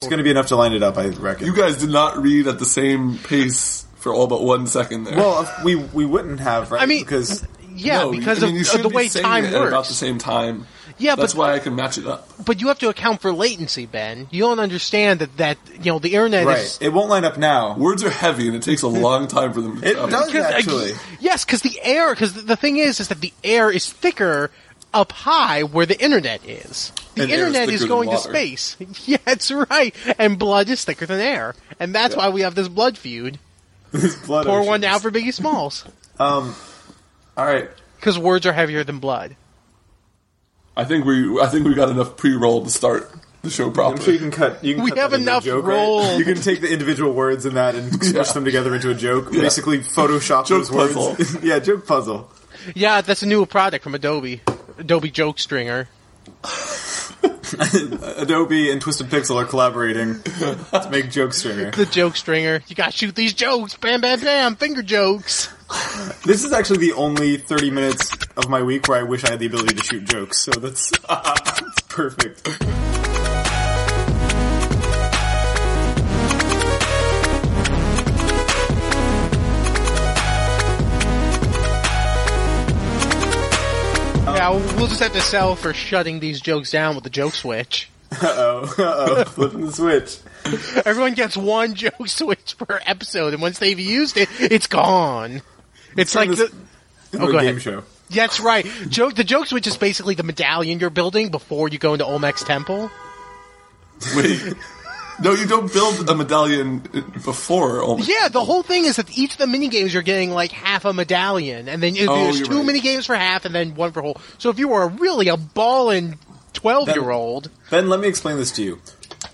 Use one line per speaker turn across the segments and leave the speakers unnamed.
It's going to be enough to line it up, I reckon.
You guys did not read at the same pace for all but one second there.
well, if we we wouldn't have, right?
I mean,
because
yeah,
No,
because
I mean, you
of,
should
of the
be
way
saying
time
it at about the
works.
same time.
Yeah,
that's
but-
why I can match it up.
But you have to account for latency, Ben. You don't understand that that you know the internet
right,
is.
it won't line up now.
Words are heavy, and it takes a long time for them. to
It
travel.
does
Cause, uh,
actually.
yes, because the air. Because the thing is, is that the air is thicker up high where the internet is. The
And air is
internet
thicker
is
than
going to
water.
space. Yeah, that's right. And blood is thicker than air, and that's
Yeah.
why we have this blood feud.
Blood
Pour
oceans.
one now for Biggie Smalls,
All right,
because words are heavier than blood.
I think we I think we got enough pre-roll to start
I'm
the show
sure you
properly.
can cut. You can
We
cut
have
that into a
enough
joke, right?
roll.
You can take the individual words in that and smush them together into a joke. Basically, Photoshop
Joke
those words.
puzzle.
yeah, joke puzzle.
Yeah, that's a new product from Adobe. Adobe Joke Stringer.
Adobe and Twisted Pixel are collaborating to make joke stringer.
The Joke Stringer. You gotta shoot these jokes. Bam, bam, bam. Finger jokes.
This is actually the only 30 minutes of my week where I wish I had the ability to shoot jokes. So that's, that's perfect.
Yeah, we'll just have to sell for shutting these jokes down with the joke switch.
Uh oh. Uh oh. Flipping the switch.
Everyone gets one joke switch per episode, and once they've used it, it's gone. It's like
this-
the,
Into
Oh,
a
go
game
ahead.
show.
that's right. Joke the joke switch is basically the medallion you're building before you go into Olmec's temple.
Wait. No, you don't build a medallion before. Oh, my-
Yeah, the whole thing is that each of the mini games you're getting like half a medallion, and then if
Oh,
there's
you're
two
right.
mini games for half, and then one for whole. So if you are really a ballin' twelve year old,
Ben, let me explain this to you.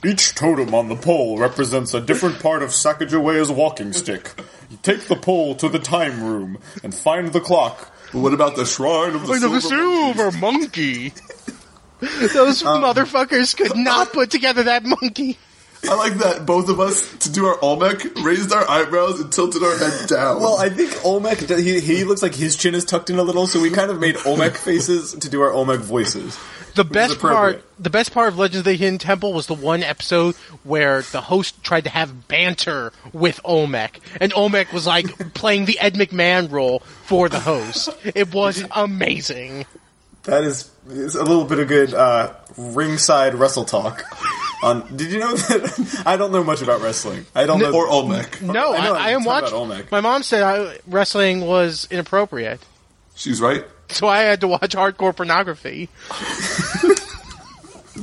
Each totem on the pole represents a different part of Sacagawea's walking stick. You take the pole to the time room and find the clock.
But what about the shrine of the, silver?
monkey. Those
Um,
motherfuckers could
uh,
not put together that monkey.
I like that both of us to do our Olmec raised our eyebrows and tilted our head down.
Well, I think Olmec, he, he looks like his chin is tucked in a little, so we kind of made Olmec faces to do our Olmec voices.
The best part,
appropriate.
the best part of Legends of the Hidden Temple was the one episode where the host tried to have banter with Olmec, and Olmec was like playing the Ed McMahon role for the host. It was amazing.
That is, is a little bit of good uh, ringside wrestle talk. On did you know that I don't know much about wrestling. I don't know
or Olmec.
No,
I
I,
know,
I, am
talk about
watching.
Olmec.
My mom said I, wrestling was inappropriate,
She's right.
so I had to watch hardcore pornography.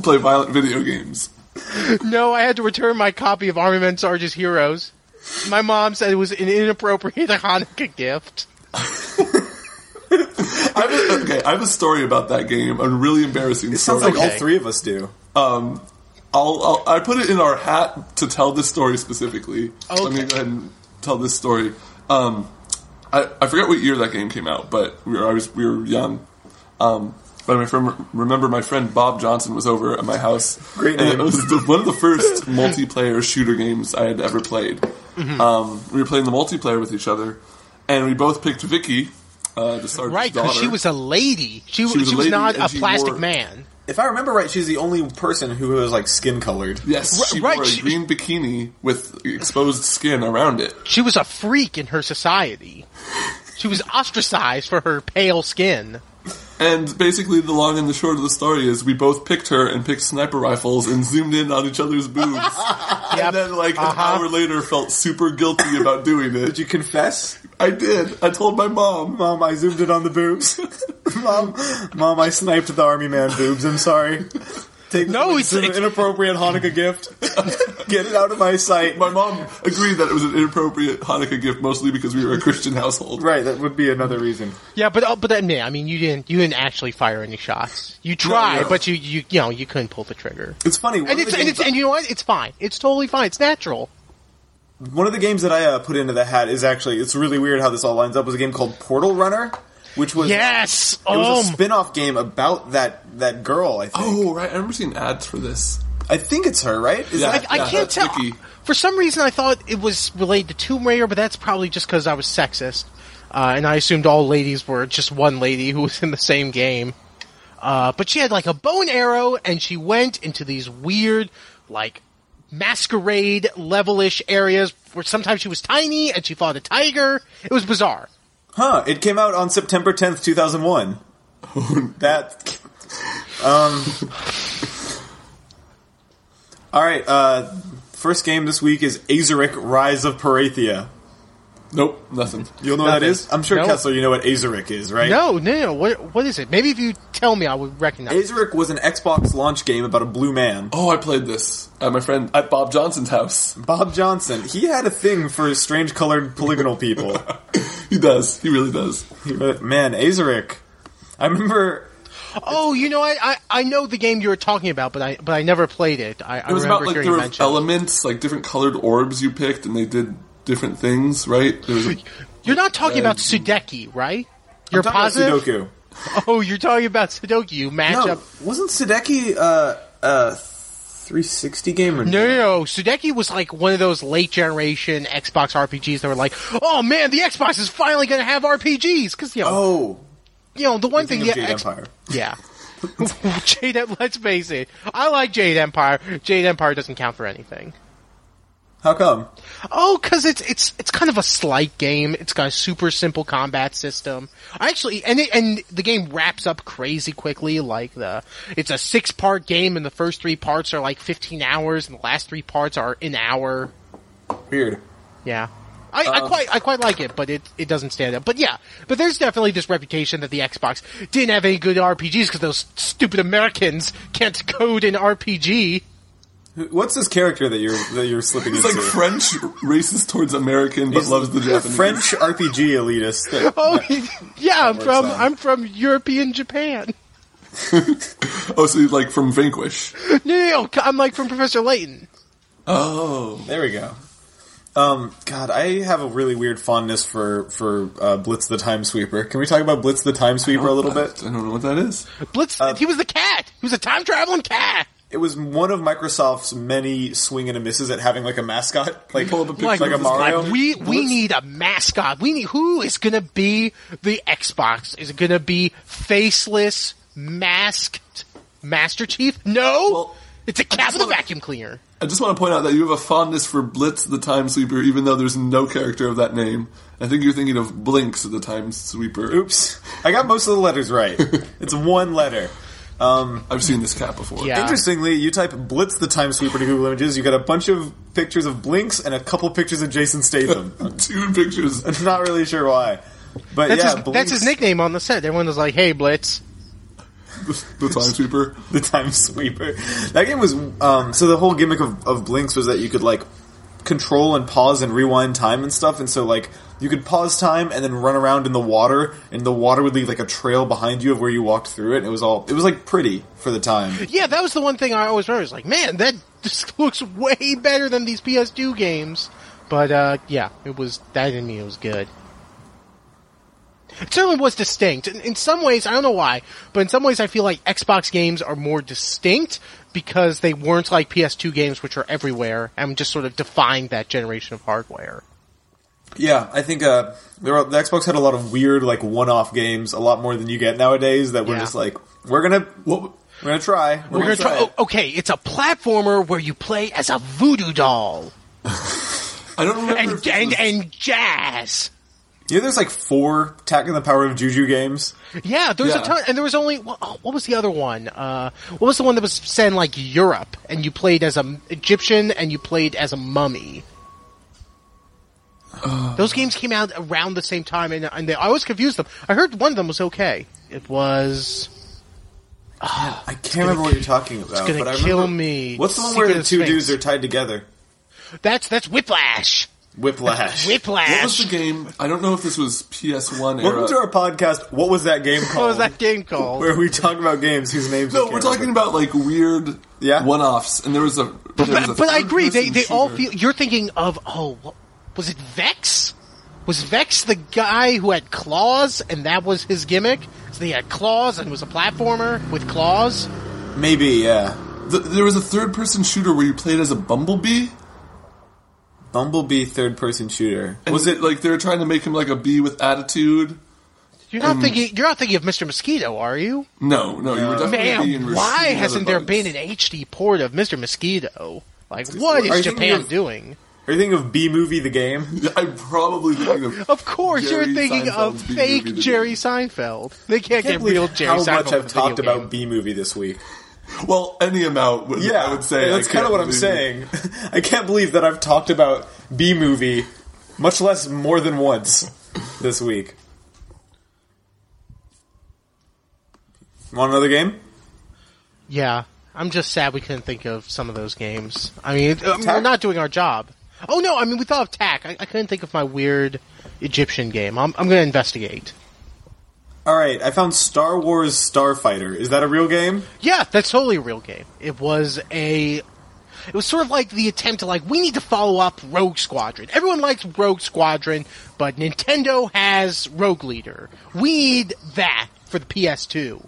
Play violent video games.
No, I had to return my copy of Army Men Sarge's Heroes. My mom said it was an inappropriate Hanukkah gift.
I have a, okay, I have a story about that game. A really embarrassing
Sounds like
story.
Okay.
all three of us do.
I'll, I'll I put it in our hat to tell this story specifically. Let
Okay.
me go ahead and tell this story. Um, I, I forget what year that game came out, but we were I was we were young. Um, but my friend, remember my friend Bob Johnson was over at my house.
Great
and
name.
It was the, one of the first multiplayer shooter games I had ever played.
Mm-hmm.
Um, we were playing the multiplayer with each other, and we both picked Vicky, uh, the sergeant's
Right,
daughter.
because she was a lady. She,
She was
was,
a
she was
lady
not
and
a
she
plastic
wore-
man.
If I remember right, she's the only person who was like skin colored.
yes, she
right,
wore a
she-
green bikini with exposed skin around it.
She was a freak in her society. She was ostracized for her pale skin.
And basically, the long and the short of the story is we both picked her and picked sniper rifles and zoomed in on each other's boobs.
Yep.
And then, like an
Uh-huh.
hour later, felt super guilty about doing
Did
it.
you confess?
I did. I told my mom.
Mom, I zoomed in on the boobs. mom, mom, I sniped the army man boobs. I'm sorry. Take
No,
this
it's-
an
it's-
inappropriate Hanukkah gift. Get it out of my sight.
My mom agreed that it was an inappropriate Hanukkah gift, mostly because we were a Christian household.
Right, that would be another reason.
Yeah, but oh, but that man, I mean, you didn't you didn't actually fire any shots. You tried,
no.
but you, you you know you couldn't pull the trigger.
It's funny. one
And
of
it's
the
and
games-
it's and you know what? It's fine. It's totally fine. It's natural.
One of the games that I uh, put into the hat is actually it's really weird how this all lines up. Was a game called Portal Runner, which was
Yes.
it was a
Um.
spin-off game about that that girl. I think
Oh, right. I remember seeing ads for this.
I think it's her, right? Is
Yeah.
that-
I, I
Yeah,
can't
that's
tell.
Vicky.
For some reason, I thought it was related to Tomb Raider, but that's probably just because I was sexist, uh, and I assumed all ladies were just one lady who was in the same game. Uh, but she had like a bone arrow, and she went into these weird, like, masquerade levelish areas where sometimes she was tiny and she fought a tiger. It was bizarre.
Huh, it came out on September 10th, 2001. that. Um. Alright, uh, first game this week is Azeric Rise of Parathia.
Nope, nothing.
You'll know what that
Nothing.
is? I'm sure,
No.
Kessler, you know what Azeric is, right?
No, no, no. What what is it? Maybe if you tell me, I would recognize. it.
Azeric was an Xbox launch game about a blue man.
Oh, I played this at my friend at Bob Johnson's house.
Bob Johnson, he had a thing for strange colored polygonal people.
He does. He really does.
but man, Azeric. I remember
Oh, you know, I, I I know the game you were talking about, but I but I never played it. I, I
It was
remember
about like
hearing
there
you
were
mention.
elements, like different colored orbs you picked, and they did different things, right? There was a,
You're not talking about Sudeki, right? You're
talking about
positive.
Sudoku.
Oh, you're talking about Sudoku. You match
No,
up.
wasn't Sadeki uh, a 360 game or
No, no, no. Sudeki was like one of those late generation Xbox RPGs that were like, oh man, the Xbox is finally going to have RPGs because you know,
Oh,
you know, the one thing
King of
the
Jade
X-
Empire.
Yeah. Jade, Em- let's face it. I like Jade Empire. Jade Empire doesn't count for anything.
How come?
Oh, because it's it's it's kind of a slight game. It's got a super simple combat system. I actually, and it, and the game wraps up crazy quickly. Like the it's a six part game, and the first three parts are like fifteen hours, and the last three parts are an hour.
Weird. Uh.
Yeah. I, I quite I quite like it, but it, it doesn't stand up. But yeah, but there's definitely this reputation that the Xbox didn't have any good RPGs because those stupid Americans can't code an RPG.
What's this character that you're that you're slipping
it's
into?
like French races towards American, but loves the
You're a
Japanese.
French RPG elitist. that-
Oh yeah, I'm
works
from
out.
I'm from European Japan.
Oh, so like from Vanquish.
No, no, no, I'm like from Professor Layton.
Oh,
There we go. Um, God, I have a really weird fondness for for uh, Blitz the Time Sweeper. Can we talk about Blitz the Time Sweeper a little bit?
I don't know what that is.
Uh,
Blitz, he was the cat. He was a time traveling cat.
It was one of Microsoft's many swing and a misses at having like a mascot, like
Pull up a picture
like,
of
a
this
Mario.
guy.
We we need a mascot. We need who is going to be the Xbox? Is it going to be faceless, masked Master Chief? No,
Well,
it's a cat with a
wanna-
vacuum cleaner.
I just want to point out that you have a fondness for Blitz the Time Sweeper, even though there's no character of that name. I think you're thinking of Blinks the Time Sweeper.
Oops, I got most of the letters right. it's one letter.
I've seen this cat before.
Yeah.
Interestingly, you type "blitz the time sweeper" to Google Images, you get a bunch of pictures of Blinks and a couple pictures of Jason Statham.
Two pictures.
I'm not really sure why, but
That's,
yeah,
his,
Blinks,
that's his nickname on the set. Everyone was like, "Hey, Blitz."
The Time Sweeper.
the time sweeper. That game was um, so the whole gimmick of, of Blinks was that you could like control and pause and rewind time and stuff, and so like you could pause time and then run around in the water, and the water would leave like a trail behind you of where you walked through it. And it was all it was like pretty for the time.
Yeah, that was the one thing I always remember. It's like, man, that just looks way better than these PS2 games. But uh, yeah, it was that in me. It was good. It certainly was distinct. In, in some ways, I don't know why, but in some ways, I feel like Xbox games are more distinct because they weren't like PS2 games, which are everywhere and just sort of defined that generation of hardware.
Yeah, I think uh, there were, the Xbox had a lot of weird, like one-off games, a lot more than you get nowadays. That we're
Yeah.
just like, we're gonna,
What?
we're gonna try, we're,
We're gonna try.
it.
Oh, okay, it's a platformer where you play as a voodoo doll
I don't remember.
and
if this
and,
was-
and jazz. oh.
You know, there's like four Attack and the Power of Juju games.
Yeah, there was
Yeah.
a ton, and there was only what, oh, what was the other one? Uh, what was the one that was set in like Europe, and you played as an Egyptian, and you played as a mummy.
Uh.
Those games came out around the same time, and, and they, I always confused them. I heard one of them was okay. It was
I can't remember what you're talking about.
gonna
but I
kill
remember-
me.
What's the one
Secret
where the
of
two
Sphinx.
dudes are tied together?
that's that's Whiplash.
Whiplash.
What
Whiplash.
was the game? I don't know if this was PS1
Welcome to
era.
our podcast. What was that game called?
What was that game called?
Where we talk about games whose names.
No, we're talking about like weird
Yeah.
one-offs, and there was a. There was a
but, but I agree. They
third-person
they all
shooter.
feel. You're thinking of oh, what, was it Vex? Was Vex the guy who had claws and that was his gimmick? So he had claws and was a platformer with claws.
about maybe. Yeah,
Th- there was a third-person shooter where you played as a bumblebee.
Bumblebee third-person shooter.
And
was it?
like they were trying to make him like a bee with attitude?
You're not thinking. You're not thinking of Mr. Mosquito, are you?
No, no, you were definitely a bee. and
Man,
were
why
shooting
hasn't
other
there
bugs.
been an HD port of Mr. Mosquito? Like, what
Are
is
you
Japan
thinking of-
doing?
Are you thinking of B movie the game?
I'm probably thinking of.
Of course,
Jerry
you're thinking
Seinfeld's
of
B-movie
fake
video.
Jerry Seinfeld. They can't,
Can't
get real
believe
Jerry
how
Seinfeld.
much I've
for video
talked about
games.
B movie this week.
Well, any amount. Would,
Yeah,
I would say
that's
I
kind of
can't
what I'm
believe-
saying. I can't believe that I've talked about B movie, much less more than once this week. Want another game?
Yeah, I'm just sad we couldn't think of some of those games. I mean, it- I mean, we're
Tack?
not doing our job. Oh no, I mean, we thought of Tack. I, I couldn't think of my weird Egyptian game. I'm, I'm going to investigate.
All right, I found Star Wars Starfighter. Is that a real game?
Yeah, that's totally a real game. It was a. It was sort of like the attempt to like we need to follow up Rogue Squadron. Everyone likes Rogue Squadron, but Nintendo has Rogue Leader. We need that for the PS2,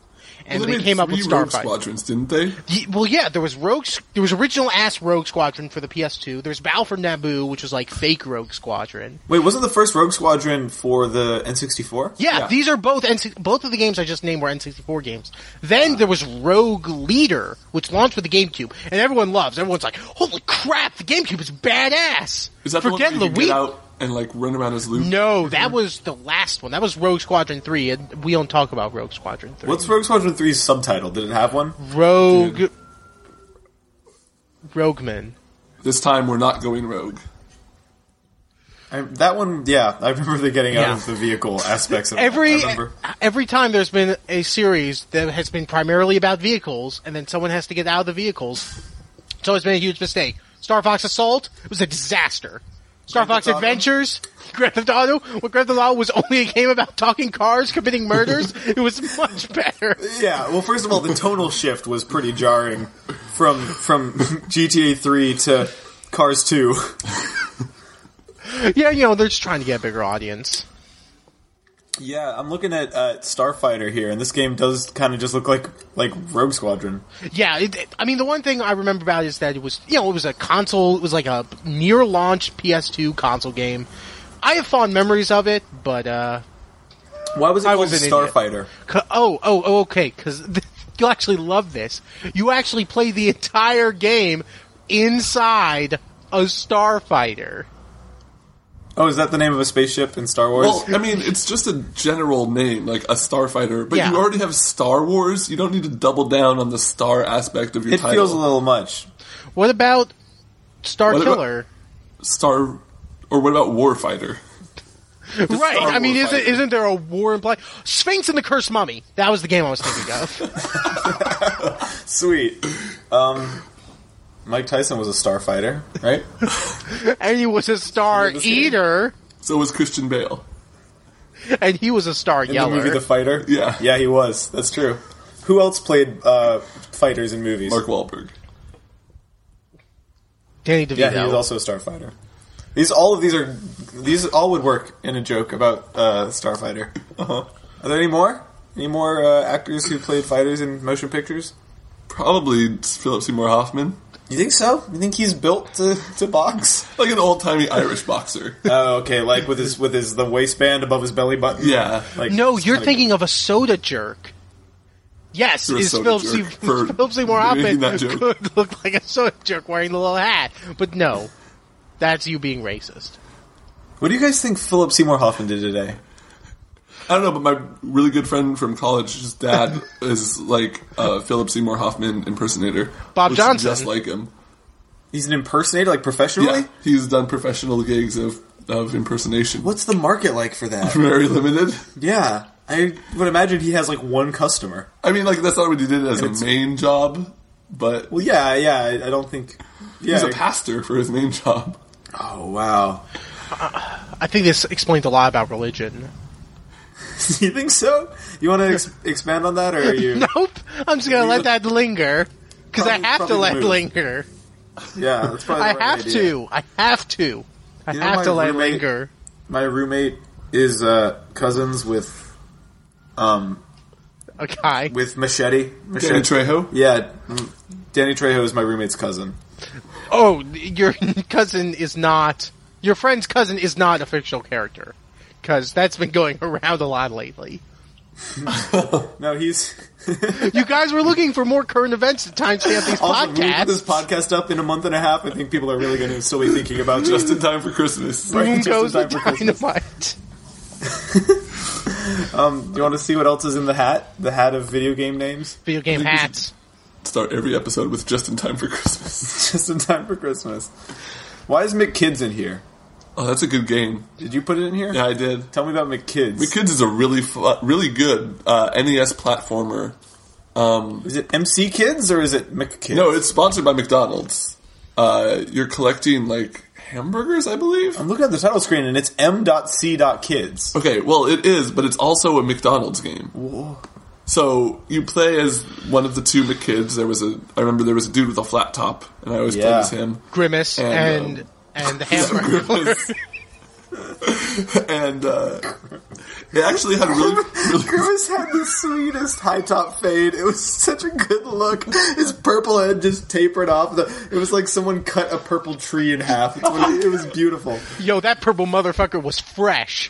and
Well,
they
made
came up
three
with
Rogue
Starfighter.
Squadrons, didn't they?
Ye- Well, yeah, there was Rogue. S- There was original ass Rogue Squadron for the PS2. There's Battle for Naboo, which was like fake Rogue Squadron.
Wait, wasn't the first Rogue Squadron for the N64?
Yeah,
Yeah.
these are both N- both of the games I just named were N64 games. Then there was Rogue Leader, which launched with the GameCube, and everyone loves. Everyone's like, "Holy crap, the GameCube is badass!"
Is that
Forget
the one where you
Luigi.
could get out Mm-hmm. and like run around as Luke?
No, that was the last one. That was Rogue Squadron Three, and we don't talk about Rogue Squadron Three.
What's Rogue Squadron 3's subtitle? Did it have one?
Rogue? Rogueman.
This time we're not going rogue.
I, that one, yeah, I remember the getting
Yeah.
out of the vehicle aspects of
every
it. I remember.
every time there's been a series that has been primarily about vehicles, and then someone has to get out of the vehicles, it's always been a huge mistake. Star Fox Assault was a disaster. Star
Grand
Fox
Theft Auto?
Adventures, Grand Theft Auto. When Grand Theft Auto was only a game about talking cars, committing murders, it was much better.
Yeah, well, first of all, the tonal shift was pretty jarring from from GTA 3 to Cars 2.
Yeah, you know they're just trying to get a bigger audience.
Yeah, I'm looking at uh, Starfighter here, and this game does kind of just look like like Rogue Squadron.
Yeah, it, it- I mean the one thing I remember about it is that it was you know it was a console, it was like a near launch PS2 console game. I have fond memories of it, but uh,
Why was it
I
called
was an idiot.
Starfighter?
C- Oh, oh, oh, okay. Because you'll actually love this. You actually play the entire game inside a starfighter.
Oh, is that the name of a spaceship in Star Wars?
Well, I mean, it's just a general name, like a starfighter. But
Yeah.
you already have Star Wars. You don't need to double down on the star aspect of your
it
title.
feels a little much.
What about Star
What about-
Killer?
star, or what about warfighter?
right.
Star
I mean,
Wars
isn't
fighter.
isn't there a war in play? Sphinx and the Cursed Mummy. That was the game I was thinking of.
Sweet. Um, Mike Tyson was a starfighter, right?
and he was a star
Remember this game?
eater,
So was Christian Bale.
and he was a star
In
yeller.
the movie The Fighter.
Yeah.
yeah, he was. That's true. Who else played uh, fighters in movies?
Mark Wahlberg.
Danny DeVito.
Yeah, he was also a starfighter. These all of these are these all would work in a joke about uh, starfighter.
Uh-huh.
Are there any more? Any more uh, actors who played fighters in motion pictures?
Probably Philip Seymour Hoffman,
You think so? You think he's built to, to box?
like an old timey Irish boxer.
Oh, okay. Like with his with his the waistband above his belly button.
Yeah.
Like
no,
it's
you're
kinda-
thinking of a soda jerk. Yes,
You're a
is
soda
Philip,
jerk
C-
for
Philip Seymour
making
Hoffman
that joke.
could look like a soda jerk wearing the little hat, but no, that's you being racist.
What do you guys think Philip Seymour Hoffman did today?
I don't know, but my really good friend from college, his dad is like a Philip Seymour Hoffman impersonator.
Bob
Looks
Johnson.
just like him.
He's an impersonator, like professionally.
Yeah, he's done professional gigs of of impersonation.
What's the market like for that?
Very limited.
yeah, I would imagine he has like one customer.
I mean, like that's not what he did as
it's-
a main job, but
Well, yeah, yeah. I, I don't think. Yeah.
he's a pastor for his main job.
oh wow.
I think this explains a lot about religion.
you think so? You want to ex- expand on that, or are you?
Nope, I'm just gonna let that linger because I
Probably-
have to
probably
let
move.
linger.
Yeah, that's probably.
I
the right
have
idea.
to. I have to. I
You know
have
my
to let
roommate-
linger.
My roommate is uh, cousins with, um,
Okay,
with Machete.
Danny
Machete.
Trejo.
yeah, mm, Danny Trejo is my roommate's cousin.
Oh, your cousin is not. Your friend's cousin is not a fictional character. Because that's been going around a lot lately.
No, he's
You guys were looking for more current events to timestamp these
also when we put this
podcasts.
podcast up in a month and a half. I think people are really going to still be thinking about
Just
Justin.
in time for Christmas.
Right,
Boom
just in
goes the
time for Christmas.
dynamite.
Do you want to see what else is in the hat? The hat of video game names,
Video game
I think we should-
hats.
Start every episode with just in time for Christmas.
just in time for Christmas. Why is McKids in here?
Oh, that's a good game.
Did you put it in here?
Yeah, I did.
Tell me about McKids.
Kids is a really fu- really good uh, NES platformer. Um,
Is it MC Kids or is it McKids?
no, it's sponsored by McDonald's. Uh, you're collecting like hamburgers, I believe.
I'm looking at the title screen and it's m.c.kids.
Okay, well, it is, but it's also a McDonald's game. So you play as one of the two McKids. There was a, I remember there was a dude with a flat top, and I always played
Yeah.
as him.
Grimace
Oh,
And,
and
um,
and, the hamburger.
And uh, it actually had really, really
Grimace had the sweetest high top fade. It was such a good look. His purple head just tapered off. The, it was like someone cut a purple tree in half. It's what it, it was beautiful.
Yo, that purple motherfucker was fresh.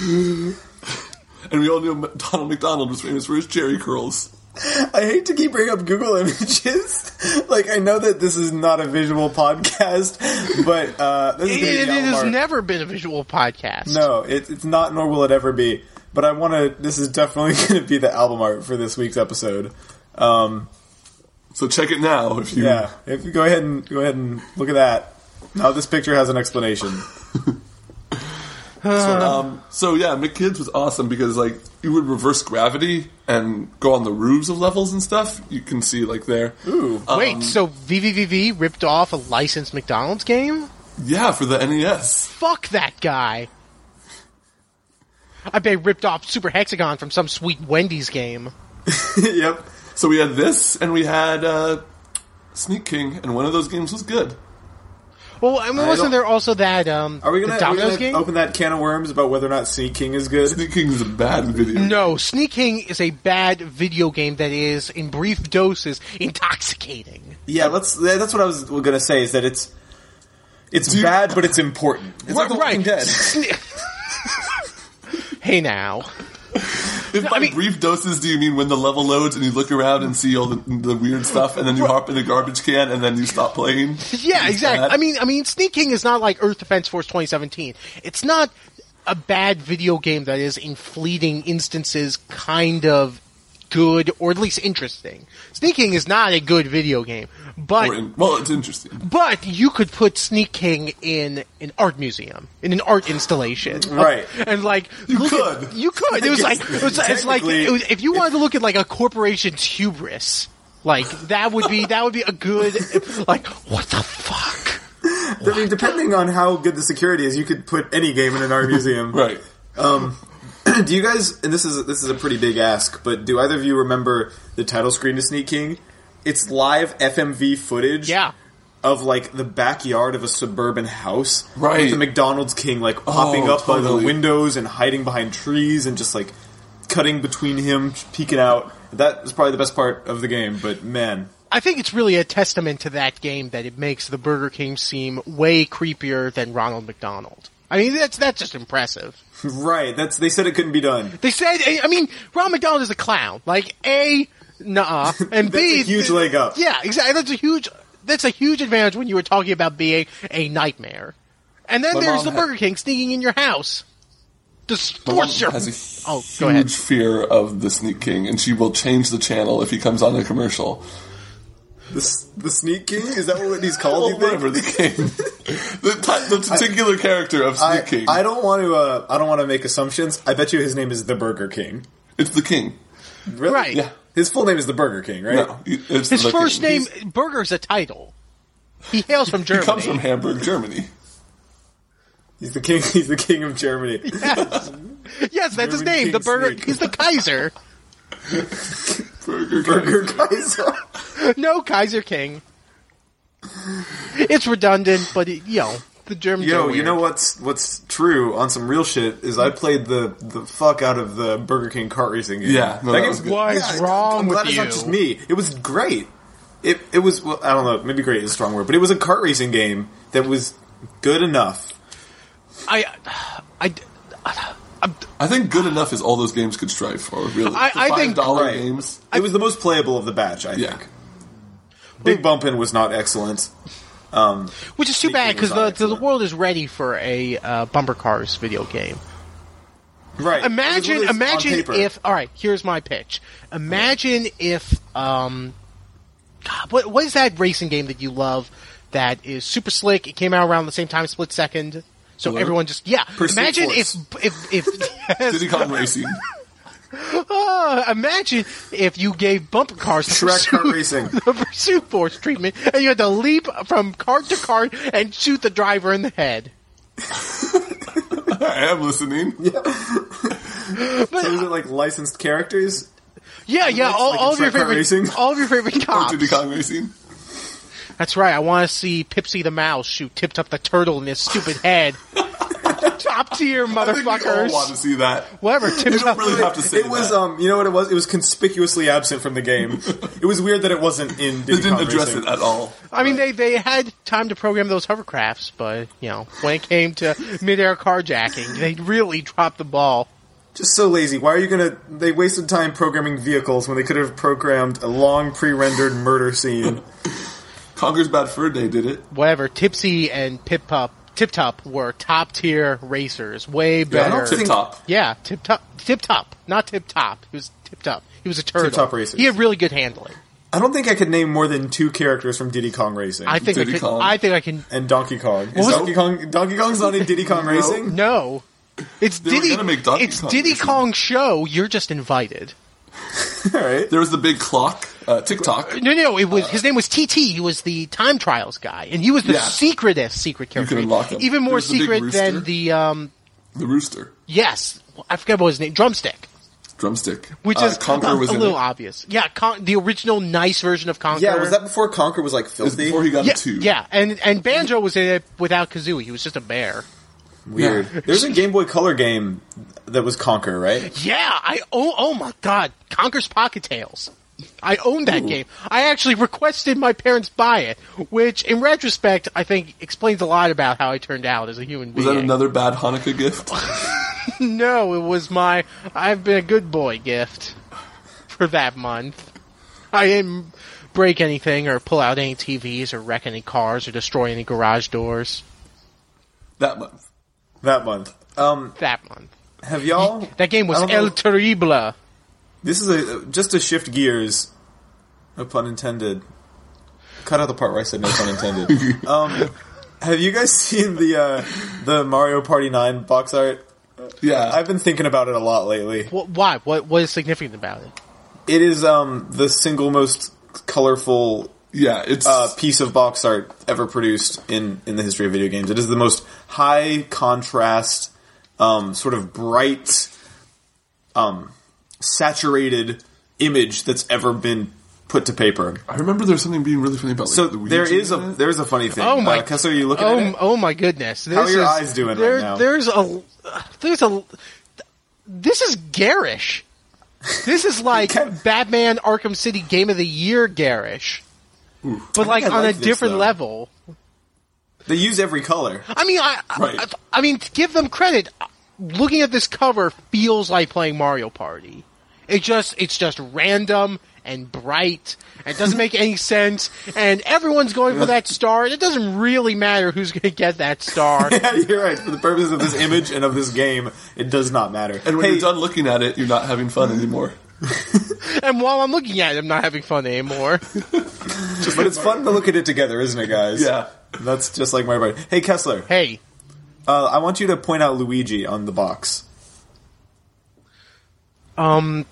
and we all knew Donald McDonald was famous for his cherry curls.
I hate to keep bringing up Google images. Like I know that this is not a visual podcast, but uh, this is
It,
gonna
it
be out of
has
our-
never been a visual podcast.
No, it, it's not, nor will it ever be. But I want to. This is definitely going to be the album art for this week's episode. Um,
So check it now if you.
yeah, if you go ahead and go ahead and look at that. Now this picture has an explanation.
Um, so yeah, McKids was awesome because like you would reverse gravity and go on the roofs of levels and stuff. You can see like there. Uh,
Ooh,
Wait, so VVVV ripped off a licensed McDonald's game?
Yeah, for the E NES.
Fuck that guy. I bet he ripped off Super Hexagon from some sweet Wendy's game.
yep.
So we had this, and we had uh, Sneak King, and one of those games was good.
Well, I mean,
don't-
wasn't there also that um,
Are we going
the Domino's
to
game?
open that can of worms about whether or not Sneak King is good?
Sneak King is a bad video.
No, sneaking is a bad video game that is, in brief doses, intoxicating.
Yeah, let's. That's what I was going to say. Is that it's it's
Dude.
bad, but it's important. It's like The Walking Dead.
hey now.
If by
I mean-
brief doses do you mean when the level loads and you look around and see all the, the weird stuff, and then you hop in a garbage can and then you stop playing?
Yeah,
It's
exactly.
bad.
I mean, I mean, sneaking is not like Earth Defense Force 2017. It's not a bad video game that is, in fleeting instances, kind of good or at least interesting. Sneaking is not a good video game, but
Or in- well, it's interesting.
But you could put Sneak King in an art museum, in an art installation,
Right.
And like you
could.
you could. It was like
guess
it was, it's like
technically-
it was, if you wanted to look at like a corporation's hubris, like that would be that would be a good like what the fuck.
I mean, depending on how good the security is, you could put any game in an art museum.
Right.
Um, do you guys and this is this is a pretty big ask but do either of you remember the title screen to sneak king it's live fmv footage
Yeah.
of like the backyard of a suburban house
Right. Oh,
with the mcdonald's king like popping up by
totally.
the windows and hiding behind trees and just like cutting between him peeking out that is probably the best part of the game but man
I think it's really a testament to that game that it makes the Burger King seem way creepier than Ronald McDonald. I mean, that's that's just impressive.
right that's they said it couldn't be done
They said, eh, I I mean, Ron McDonald is a clown. Like, A, nah,
that's
and B,
a huge leg up
Yeah, exactly. That's a huge. That's a huge advantage when you were talking about being a nightmare. And then
My mom
there's the
had-
Burger King sneaking in your house.
My mom
Distorts your.
has a
Oh,
huge
go ahead.
fear of the Sneak King, and she will change the channel if he comes on a commercial.
the, s- the sneak king is that what he's called you
Well,
think?
whatever the game, the, ti- the particular character of Sneak
I,
King.
I don't want to. Uh, I don't want to make assumptions. I bet you his name is the Burger King.
it's the King.
Really?
Right. Yeah.
His full name is the Burger King, right?
No, it's
His
the
first
King.
name Burger's a title. He hails from Germany.
He comes from Hamburg, Germany.
He's the king. He's the king of Germany.
yes. Yes, that's his
German
name. The
King
Burger.
Snake.
He's the Kaiser.
Burger,
Burger
King.
Kaiser.
No Kaiser King. It's redundant, but it, you know the Germans. are
Yo, you
weird.
know what's what's true on some real shit is I played the the fuck out of the Burger King kart racing game.
Yeah, no, that
game's
was good.
What is wrong
I'm glad
with
it's
you?
not just me. It was great. It it was well, I don't know maybe great is a strong word, but it was a kart racing game that was good enough.
I, I,
I think good enough is all those games could strive for. Really,
I-
The
I think-
dollar
Right.
games.
It was the most playable of the batch, I
Yeah,
think. Big Bumpin' was not excellent.
Which is too
Speaking
bad because
of
the,
excellent.
the world is ready for a uh, bumper cars video game.
Right. It
Imagine,
was released on
imagine
paper.
if. All right, here's my pitch. Imagine if, um, God, what what is that racing game that you love? That is super slick. It came out around the same time, split second. So
Hello?
everyone just yeah.
Pursuit
imagine if,
Force.
if if
Diddy Kong Racing.
uh, imagine if you gave bumper cars the
Shrek
pursuit,
Kart Racing.
the pursuit force treatment, and you had to leap from cart to cart and shoot the driver in the head.
I am listening.
So was it like licensed characters?
Yeah, yeah, all,
like in
all of your
Shrek Kart
favorite,
Racing.
all of your favorite cops.
Diddy Kong Racing.
That's right. I want to see Pipsy the mouse shoot Tip Top the turtle in his stupid head. Top tier
I think we all want to
motherfuckers.
see that.
Whatever. Tip
You don't
Top.
really have to say
It was, um, you know what it was? It was conspicuously absent from the game. it was weird that it wasn't in. Diddy
they didn't
Kong
address
Racing.
it at all.
I mean, they they had time to program those hovercrafts, but you know, when it came to midair carjacking, they really dropped the ball.
Just so lazy. Why are you gonna? They wasted time programming vehicles when they could have programmed a long pre-rendered murder scene.
Conker's Bad Fur Day did it.
Whatever. Tipsy and Pip Top. Tip Top were top tier racers, way
I
better.
don't Tip top.
Yeah, tip top, tip top, not tip top. He was tip top. He was a turtle.
Tip-top racer.
He had really good handling.
I don't think I could name more than two characters from Diddy Kong Racing.
I think I
Diddy
can.
Kong.
I think I can.
and Donkey Kong. Is
was-
Donkey Kong Donkey Kong's not in Diddy Kong Racing.
No, it's
were
Diddy.
gonna make Donkey
it's
Kong
Diddy
Racing.
Kong show. You're just invited.
All right.
There was the big clock, uh, TikTok.
No, no, it was his name was TT. He was the time trials guy, and he was the
Yeah.
secretest secret character.
unlock him. There
Even more
was the big
secret
rooster.
than the um.
The rooster.
Yes, I forget what his name. Drumstick,
Drumstick.
which
Uh,
is
Conker was
a
in
little
it.
obvious. Yeah, Con- the original nice version of Conquer.
Yeah, was that before Conker Uh, was like
It was
filthy?
before he got
Yeah,
a two.
yeah, and and Banjo was in it without Kazooie. He was just a bear.
Weird.
Yeah.
There's a Game Boy Color game that was Conker, right?
Yeah, I oh oh my god, Conker's Pocket Tales. I owned that game. I actually requested my parents buy it, which in retrospect I think explains a lot about how I turned out as a human
Was
being.
that another bad Hanukkah gift?
no, it was my I've been a good boy gift for that month. I didn't break anything or pull out any TVs or wreck any cars or destroy any garage doors
that month.
That month. Um,
that month.
have y'all?
That game
I
was
don't
El
know-
Terrible.
This is a just to shift gears. No pun intended. Cut out the part where I said no pun intended. um, have you guys seen the uh, the Mario Party Nine box art?
Yeah.
I've been thinking about it a lot lately.
What, why? What what is significant about it?
It is um, the single most colorful
yeah, it's
uh, piece of box art ever produced in in the history of video games. It is the most high contrast, um, sort of bright, um, saturated image that's ever been put to paper.
I remember there's something being really funny about like,
So
the Ouija
there is a
in it.
there is a funny thing.
Oh my!
uh, Kessler, are you looking
oh,
at it?
oh my goodness! This
are your
is-
eyes doing
there-
right now?
There's a, there's a, this is garish. This is like
Can-
Batman Arkham City Game of the Year garish, but like
I
on
like
a
this,
different
though.
level.
They use every color.
I mean, I, I-
Right.
I, mean, to give them credit, looking at this cover feels like playing Mario Party. It just, it's just random and bright and doesn't make any sense. And everyone's going for that star. and It doesn't really matter who's going to get that star.
You're right. For the purposes of this image and of this game, it does not matter.
and when
Hey,
you're done looking at it, you're not having fun anymore.
And while I'm looking at it, I'm not having fun anymore.
but it's fun to look at it together, isn't it, guys?
Yeah.
That's just like Mario Party. Hey, Kessler.
hey,
Uh, I want you to point out Luigi on the box.
um,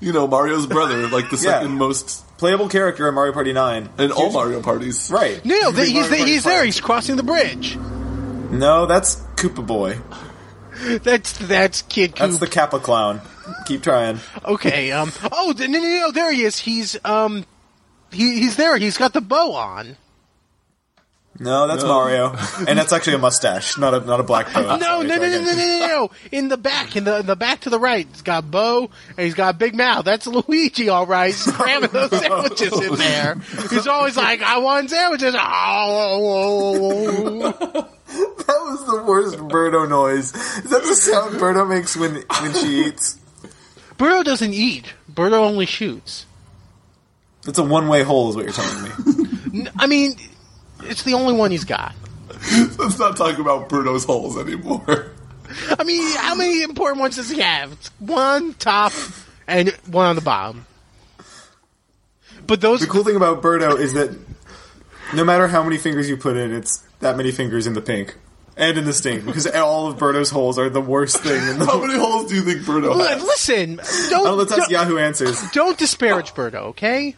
You know, Mario's brother, like the second most
Playable character in Mario Party 9.
in all Mario parties.
Right.
no, no,
Big
th- he's,
Mario Party
he's there.
five.
He's crossing the bridge.
No, that's Koopa Boy.
That's that's Kid
That's
Coop.
the Kappa Clown. Keep trying.
okay. Um. Oh, th- no, no, no, there he is. He's um, he, he's there. He's got the bow on.
No, that's Mario. And that's actually a mustache, not a not a black bow.
No, no,
Sorry,
no, no,
sorry,
no,
guys.
no, no, no. In the back, in the in the back to the right, he's got bow and he's got big mouth. That's Luigi, all right. He's cramming those sandwiches in there. He's always like, "I want sandwiches." Oh.
That was the worst Birdo noise. Is that the sound Birdo makes when when she eats?
Burrow doesn't eat. Burrow only shoots.
It's a one way hole, is what you're telling me.
N- I mean, it's the only one he's got.
Let's not talk about Bruno's holes anymore.
I mean, how many important ones does he have? It's one top and one on the bottom. But those
The cool thing about Birdo is that no matter how many fingers you put in, it's that many fingers in the pink and in the sting because all of Birdo's holes are the worst thing. In the-
How many holes do you think Bruno
Look,
has?
listen,
oh,
don't
let's ask
don't,
Yahoo Answers.
don't disparage Birdo, okay?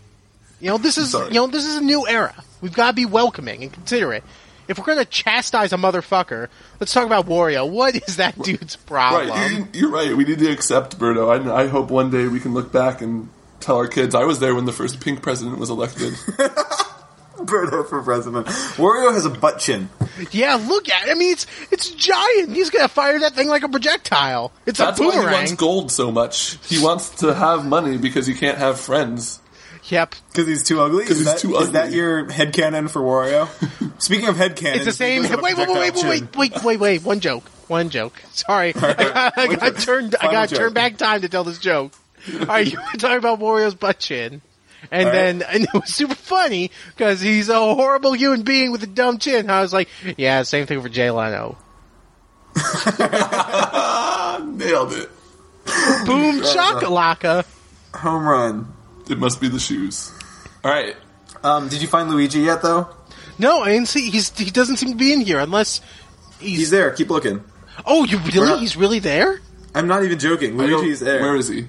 You know this is
Sorry.
you know this is a new era. We've got to be welcoming and considerate. If we're gonna chastise a motherfucker, let's talk about Wario. What is that dude's problem?
Right, you, you're right. We need to accept Bruno. I, I hope one day we can look back and tell our kids I was there when the first pink president was elected.
Birdo for president. Wario has a butt chin.
Yeah, look at. It. I mean, it's it's giant. He's gonna fire that thing like a projectile. It's
That's
a
why he wants
boomerang.
gold so much. He wants to have money because he can't have friends.
yep,
Because he's too ugly? Is,
he's
that,
too
is that
ugly.
your headcanon for Wario? Speaking of headcanon,
it's the same. Wait, wait, wait, wait, wait, wait, wait, wait. One joke. One joke. Sorry, I got, I got turned. I
Final
got
joke.
turned back time to tell this joke. All right, you were talking about Wario's butt chin, and
All right.
then and it was super funny because he's a horrible human being with a dumb chin. I was like, yeah, same thing for Jay Leno.
Nailed it.
Boom chakalaka.
Home run.
It must be the shoes. All right.
Um, did you find Luigi yet, though?
No, I didn't see. He's he doesn't seem to be in here unless.
He's there. Keep looking.
Oh, you really?
not-
He's really there?
I'm not even joking.
I don't-
Luigi's there.
Where is he?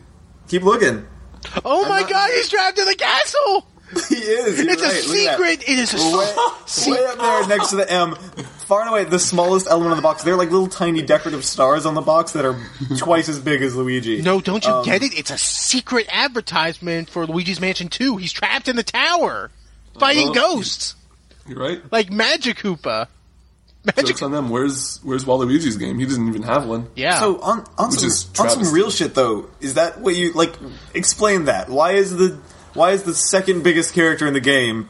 Keep looking.
Oh my
not-
god, he's trapped in the castle!
He is. You're
It's
right.
a
Look at that.
secret! It is a
Way, way up there next to the M, far and away the smallest element of the box. They're like little tiny decorative stars on the box that are twice as big as Luigi.
No, don't
Um,
you get it? It's a secret advertisement for Luigi's Mansion 2. He's trapped in the tower, fighting
Well,
ghosts,
You're right.
like Magic Koopa. Magic,
Jokes on them. Where's Where's Waluigi's game? He doesn't even have one.
yeah.
So on on
Which
some,
is
on some
travesty.
real shit though, is that what you like? Explain that. Why is the why is the second biggest character in the game,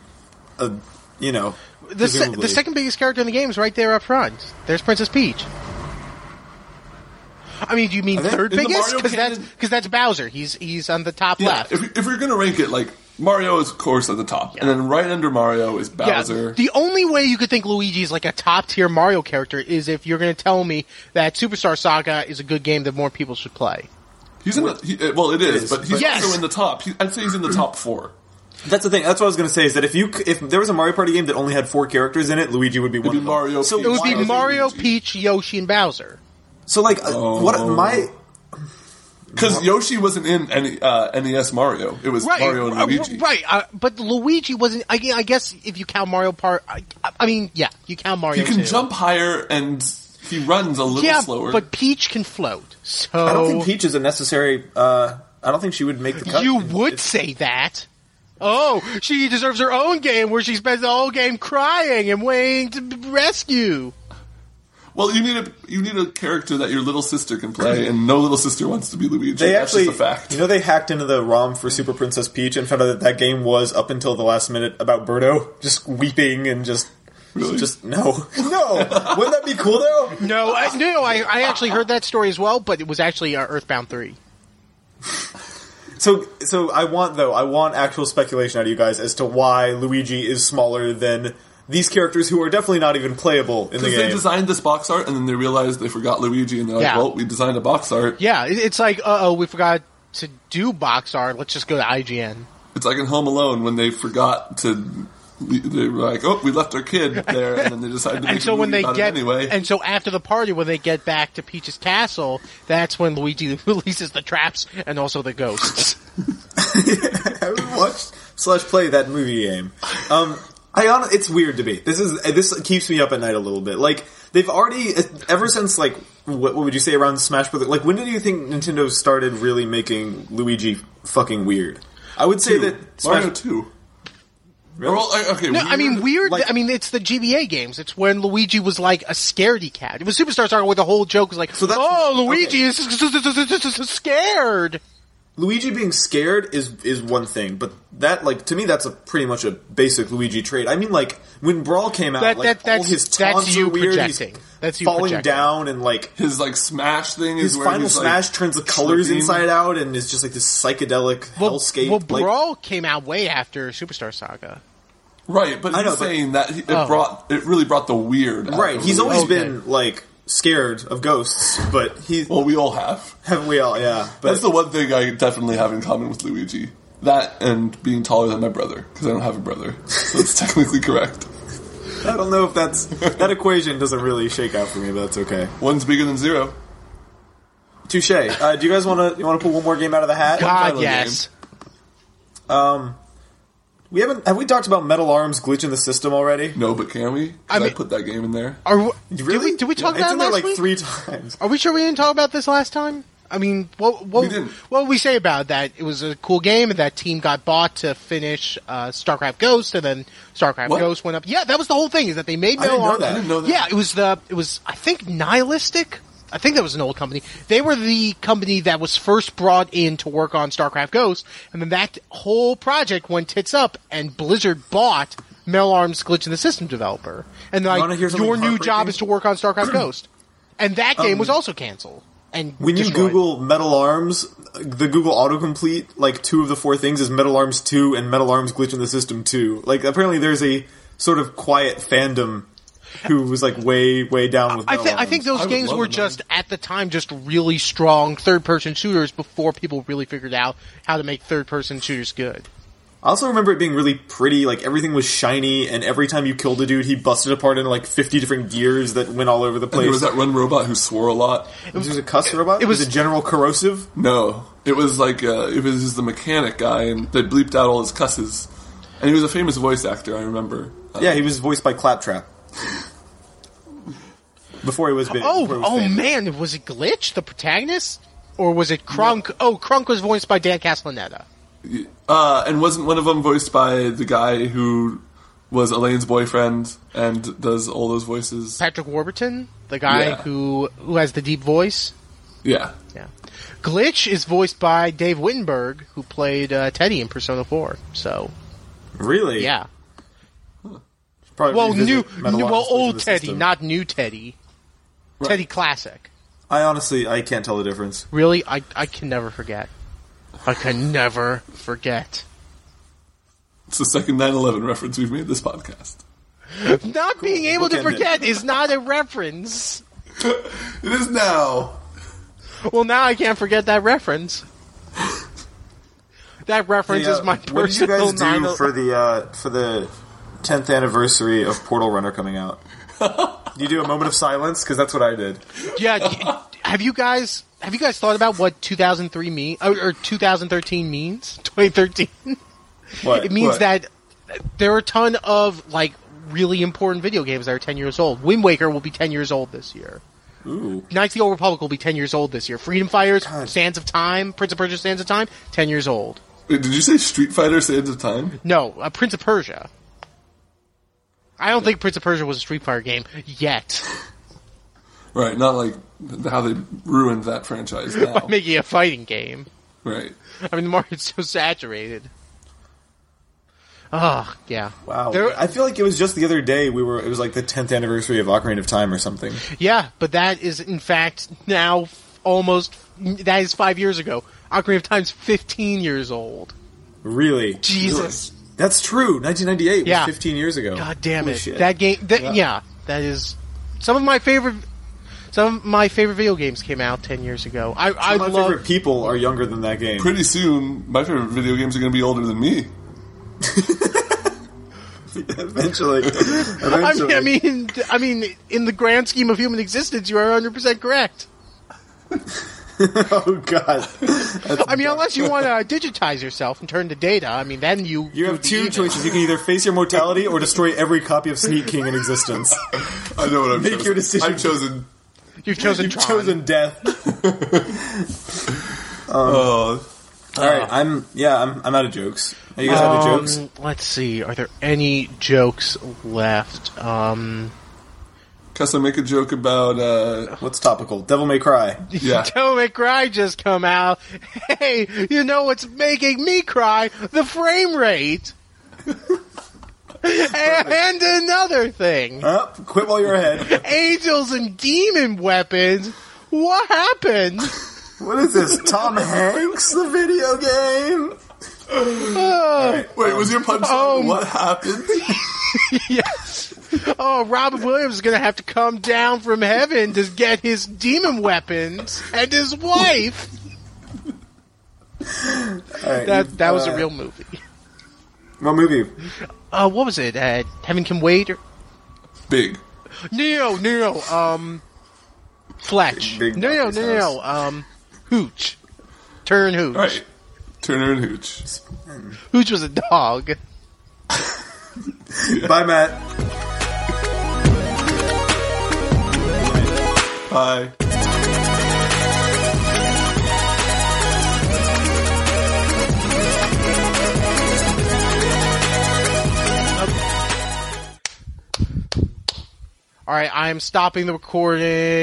uh, you know,
the, se-
presumably?
the second biggest character in the game is right there up front. There's Princess Peach. I mean, do you mean
they-
third
in the
biggest?
Mario
Because
Kart-
that's because that's Bowser. He's he's on the top
Yeah.
left.
If, if we're gonna rank it, like Mario is of course at the top, and then right under Mario is
Yeah,
Bowser.
the only way you could think Luigi is like a top tier Mario character is if you're going to tell me that Superstar Saga is a good game that more people should play.
he's in the he, uh, well, it is,
is,
but he's
but-
Yes.
also in the top. He, I'd say he's in the top four.
That's the thing. That's what I was going to say. Is that if you c- if there was a Mario Party game that only had four characters in it, Luigi would be one
be
of them.
Mario,
so
Peach,
It would
why
be
Mario,
is it-
Mario,
Luigi.
Peach, Yoshi, and Bowser.
So like, uh, what my
Because Yoshi wasn't in any, uh, NES Mario. It was
Right,
Mario and
uh,
Luigi.
right. Uh, but Luigi wasn't. I, I guess if you count Mario Part, I, I mean, yeah, you count Mario.
He can
too.
jump higher and he runs a little
yeah,
slower.
but Peach can float. So
I don't think Peach is a necessary. Uh, I don't think she would make the cut.
Oh. you would say that. Oh, she deserves her own game where she spends the whole game crying and waiting to be rescue.
well, you need a you need a character that your little sister can play, and no little sister wants to be Luigi.
They
That's
actually,
just a fact.
you know, they hacked into the ROM for Super Princess Peach and found out that that game was up until the last minute about Birdo just weeping and just,
Really?
just no, no. Wouldn't that be cool though?
No, I, no, I, I actually heard that story as well, but it was actually uh, Earthbound Three.
So, so I want though, I want actual speculation out of you guys as to why Luigi is smaller than these characters who are definitely not even playable in the
Because they
game.
designed this box art and then they realized they forgot Luigi and they're like,
Yeah.
well, we designed a box art.
Yeah, it, it's like, uh oh, we forgot to do box art. Let's just go to IGN.
It's like in Home Alone when they forgot to. They were like, oh, we left our kid there, and then they decided to make
And so
a movie
when they
about it
get,
anyway.
and so after the party, when they get back to Peach's castle, that's when Luigi releases the traps and also the ghosts.
I haven't watched slash play that movie game. Um, I hon- it's weird to me. This is this keeps me up at night a little bit. Like they've already ever since like what, what would you say around Smash Brothers? Like when did you think Nintendo started really making Luigi fucking weird? I would say that Smash,
Mario Two. Well, I- okay.
No, I mean weird.
like-
I mean it's the GBA games. It's when Luigi was like a scaredy cat. It was "Oh, Superstar Saga where the whole joke was like,
that's-
"Oh, Luigi
okay.
is s- s- s- s- s- scared."
Luigi being scared is is one thing, but that like to me that's a pretty much a basic Luigi trait. I mean, like when Brawl came out,
That-
like
that-
all
that's-
his
that's
taunts
you
are weird.
projecting.
He's
That's you
falling
projecting.
down and like
His like smash thing
his
is where
final
he's, like,
smash turns the colors
tripping.
inside out and is just like this psychedelic
Well,
hellscape.
well
like,
Brawl came out way after Superstar Saga.
Right, but
I
he's
know, but-
saying that he- it
Oh.
brought it really brought the weird. out
right?
of
He's
Luigi.
always
Okay.
been like scared of ghosts, but he
well, we all have.
haven't we all? Yeah, but
That's the one thing I definitely have in common with Luigi. That and being taller than my brother because I don't have a brother. So it's technically correct.
I don't know if that's that equation doesn't really shake out for me, but that's okay.
One's bigger than zero.
Touche. Uh, do you guys want to you want to pull one more game out of the hat?
God,
title
yes.
We haven't have we talked about Metal Arms glitch in the system already?
No, but can we? 'Cause
I
I,
mean-
put that game in there.
Are we, did
Really?
we did we talk
Yeah, it's
about it
in there
last
like
week?
three times.
Are we sure we didn't talk about this last time? I mean, what what
We didn't.
what did we say about that? It was a cool game, and that team got bought to finish uh, StarCraft Ghost, and then StarCraft
What?
Ghost went up. Yeah, that was the whole thing. Is that they made
I didn't
Metal
know
Arms.
that.
I didn't know that.
Yeah, it was the it was I think nihilistic. I think that was an old company. They were the company that was first brought in to work on StarCraft Ghost, and then that whole project went tits up, and Blizzard bought Mel Arms Glitch in the System developer, and they're
wanna
like,
hear something
your new job
heartbreaking?
is to work on StarCraft Ghost, and that game was also canceled. And
When you
destroyed.
Google Metal Arms, the Google autocomplete like two of the four things is Metal Arms Two and Metal Arms glitch in the system two. Like apparently there's a sort of quiet fandom who was like way way down with.
I,
Metal
th- I
Arms.
think those
I would
games
love
were
another.
just at the time just really strong third-person shooters before people really figured out how to make third-person shooters good.
I also remember it being really pretty. Like everything was shiny, and every time you killed a dude, he busted apart into like fifty different gears that went all over the place.
There was that one robot who swore a lot.
There's a cuss robot.
it was-
a general corrosive.
No, it was like uh, it was the mechanic guy, and they bleeped out all his cusses. And he was a famous voice actor, I remember. Uh,
Yeah, he was voiced by Claptrap. Before he was big.
Oh,
before he was
oh
famous.
man, was it Glitch the protagonist, or was it Krunk? Oh, Krunk was voiced by Dan Castellaneta.
Uh, and wasn't one of them voiced by the guy who was Elaine's boyfriend and does all those voices?
Patrick Warburton, the guy
Yeah.
who who has the deep voice.
Yeah.
Yeah, Glitch is voiced by Dave Wittenberg, who played uh, Teddy in Persona Four. So
really?
yeah,
Probably
well, new,
revisit oh Metal
new
Arms
well,
Glitch in
old
the
Teddy,
System.
not new Teddy. Teddy Classic.
I honestly, I can't tell the difference.
Really, I I can never forget. I can never forget.
It's the second 9 11 reference we've made this podcast.
Not being able to
bookend it.
forget is not a reference.
It is now!
Well, now I can't forget that reference. That reference
Yeah,
is my
uh, what did you
personal
guys
nine. oh-
do for the uh, for the tenth anniversary of Portal Runner coming out? you do a moment of silence because that's what I did.
Yeah, d- have you guys have you guys thought about what 2003 mean or, or 2013 means? 2013.
What?
It means
What?
that there are a ton of like really important video games that are 10 years old. Wind Waker will be 10 years old this year.
Ooh.
Knights of the Old Republic will be 10 years old this year. Freedom Fighters, Sands of Time, Prince of Persia Sands of Time, 10 years old.
Wait, did you say Street Fighter Sands of Time?
No, uh, Prince of Persia. I don't think Prince of Persia was a Street Fighter game yet.
Right, not like th- how they ruined that franchise now.
Making a fighting game.
right.
I mean, the market's so saturated. Ugh, yeah.
Wow.
There-
I feel like it was just the other day we were. It was like the tenth anniversary of Ocarina of Time or something.
Yeah, but that is, in fact, now f- almost, that is five years ago. Ocarina of Time's 15 years old.
Really?
Jesus.
That's true. 1998
Yeah.
was 15 years ago.
God damn
Holy
it!
shit.
That game, that, yeah.
Yeah.
that is some of my favorite. Some of my favorite video games came out ten years ago. I, I
my
love.
favorite people are younger than that game.
Pretty soon, my favorite video games are going to be older than me.
eventually,
I mean,
eventually.
I mean, I mean, in the grand scheme of human existence, you are one hundred percent correct.
oh god.
I mean, unless you want to digitize yourself and turn to data. I mean, then you
You
would
have
be
two
even.
choices. You can either face your mortality or destroy every copy of Sneak King in existence.
I know what I'm
Make
chosen.
your decision.
I've chosen.
You've chosen.
You've
Tron.
chosen death.
Oh,
All right, I'm yeah, I'm, I'm out of jokes. Are you guys out of jokes?
Um, let's see. Are there any jokes left? Um,
Kessa make a joke about uh,
What's topical? Devil May Cry.
yeah.
Don't make cry just come out. Hey, you know what's making me cry? The frame rate. and another thing.
Up, quit while you're ahead.
Angels and demon weapons. What happened?
What is this? Tom Hanks, the video game?
Wait, was your punchline?
Oh, my-
what happened?
yes. Oh, Robin Williams is going to have to come down from heaven to get his demon weapons and his wife.
All right,
That that was
uh,
a real movie.
What movie?
Uh, what was it? Uh, Heaven Can Wait? Or,
Big.
no, no, no, um, Fletch.
Big
no, no,
Bucky's
no, no, um, Hooch. Turn Hooch.
All right. Turner and Hooch.
Hooch was a dog.
Bye, Matt.
Bye.
All right, I am stopping the recording.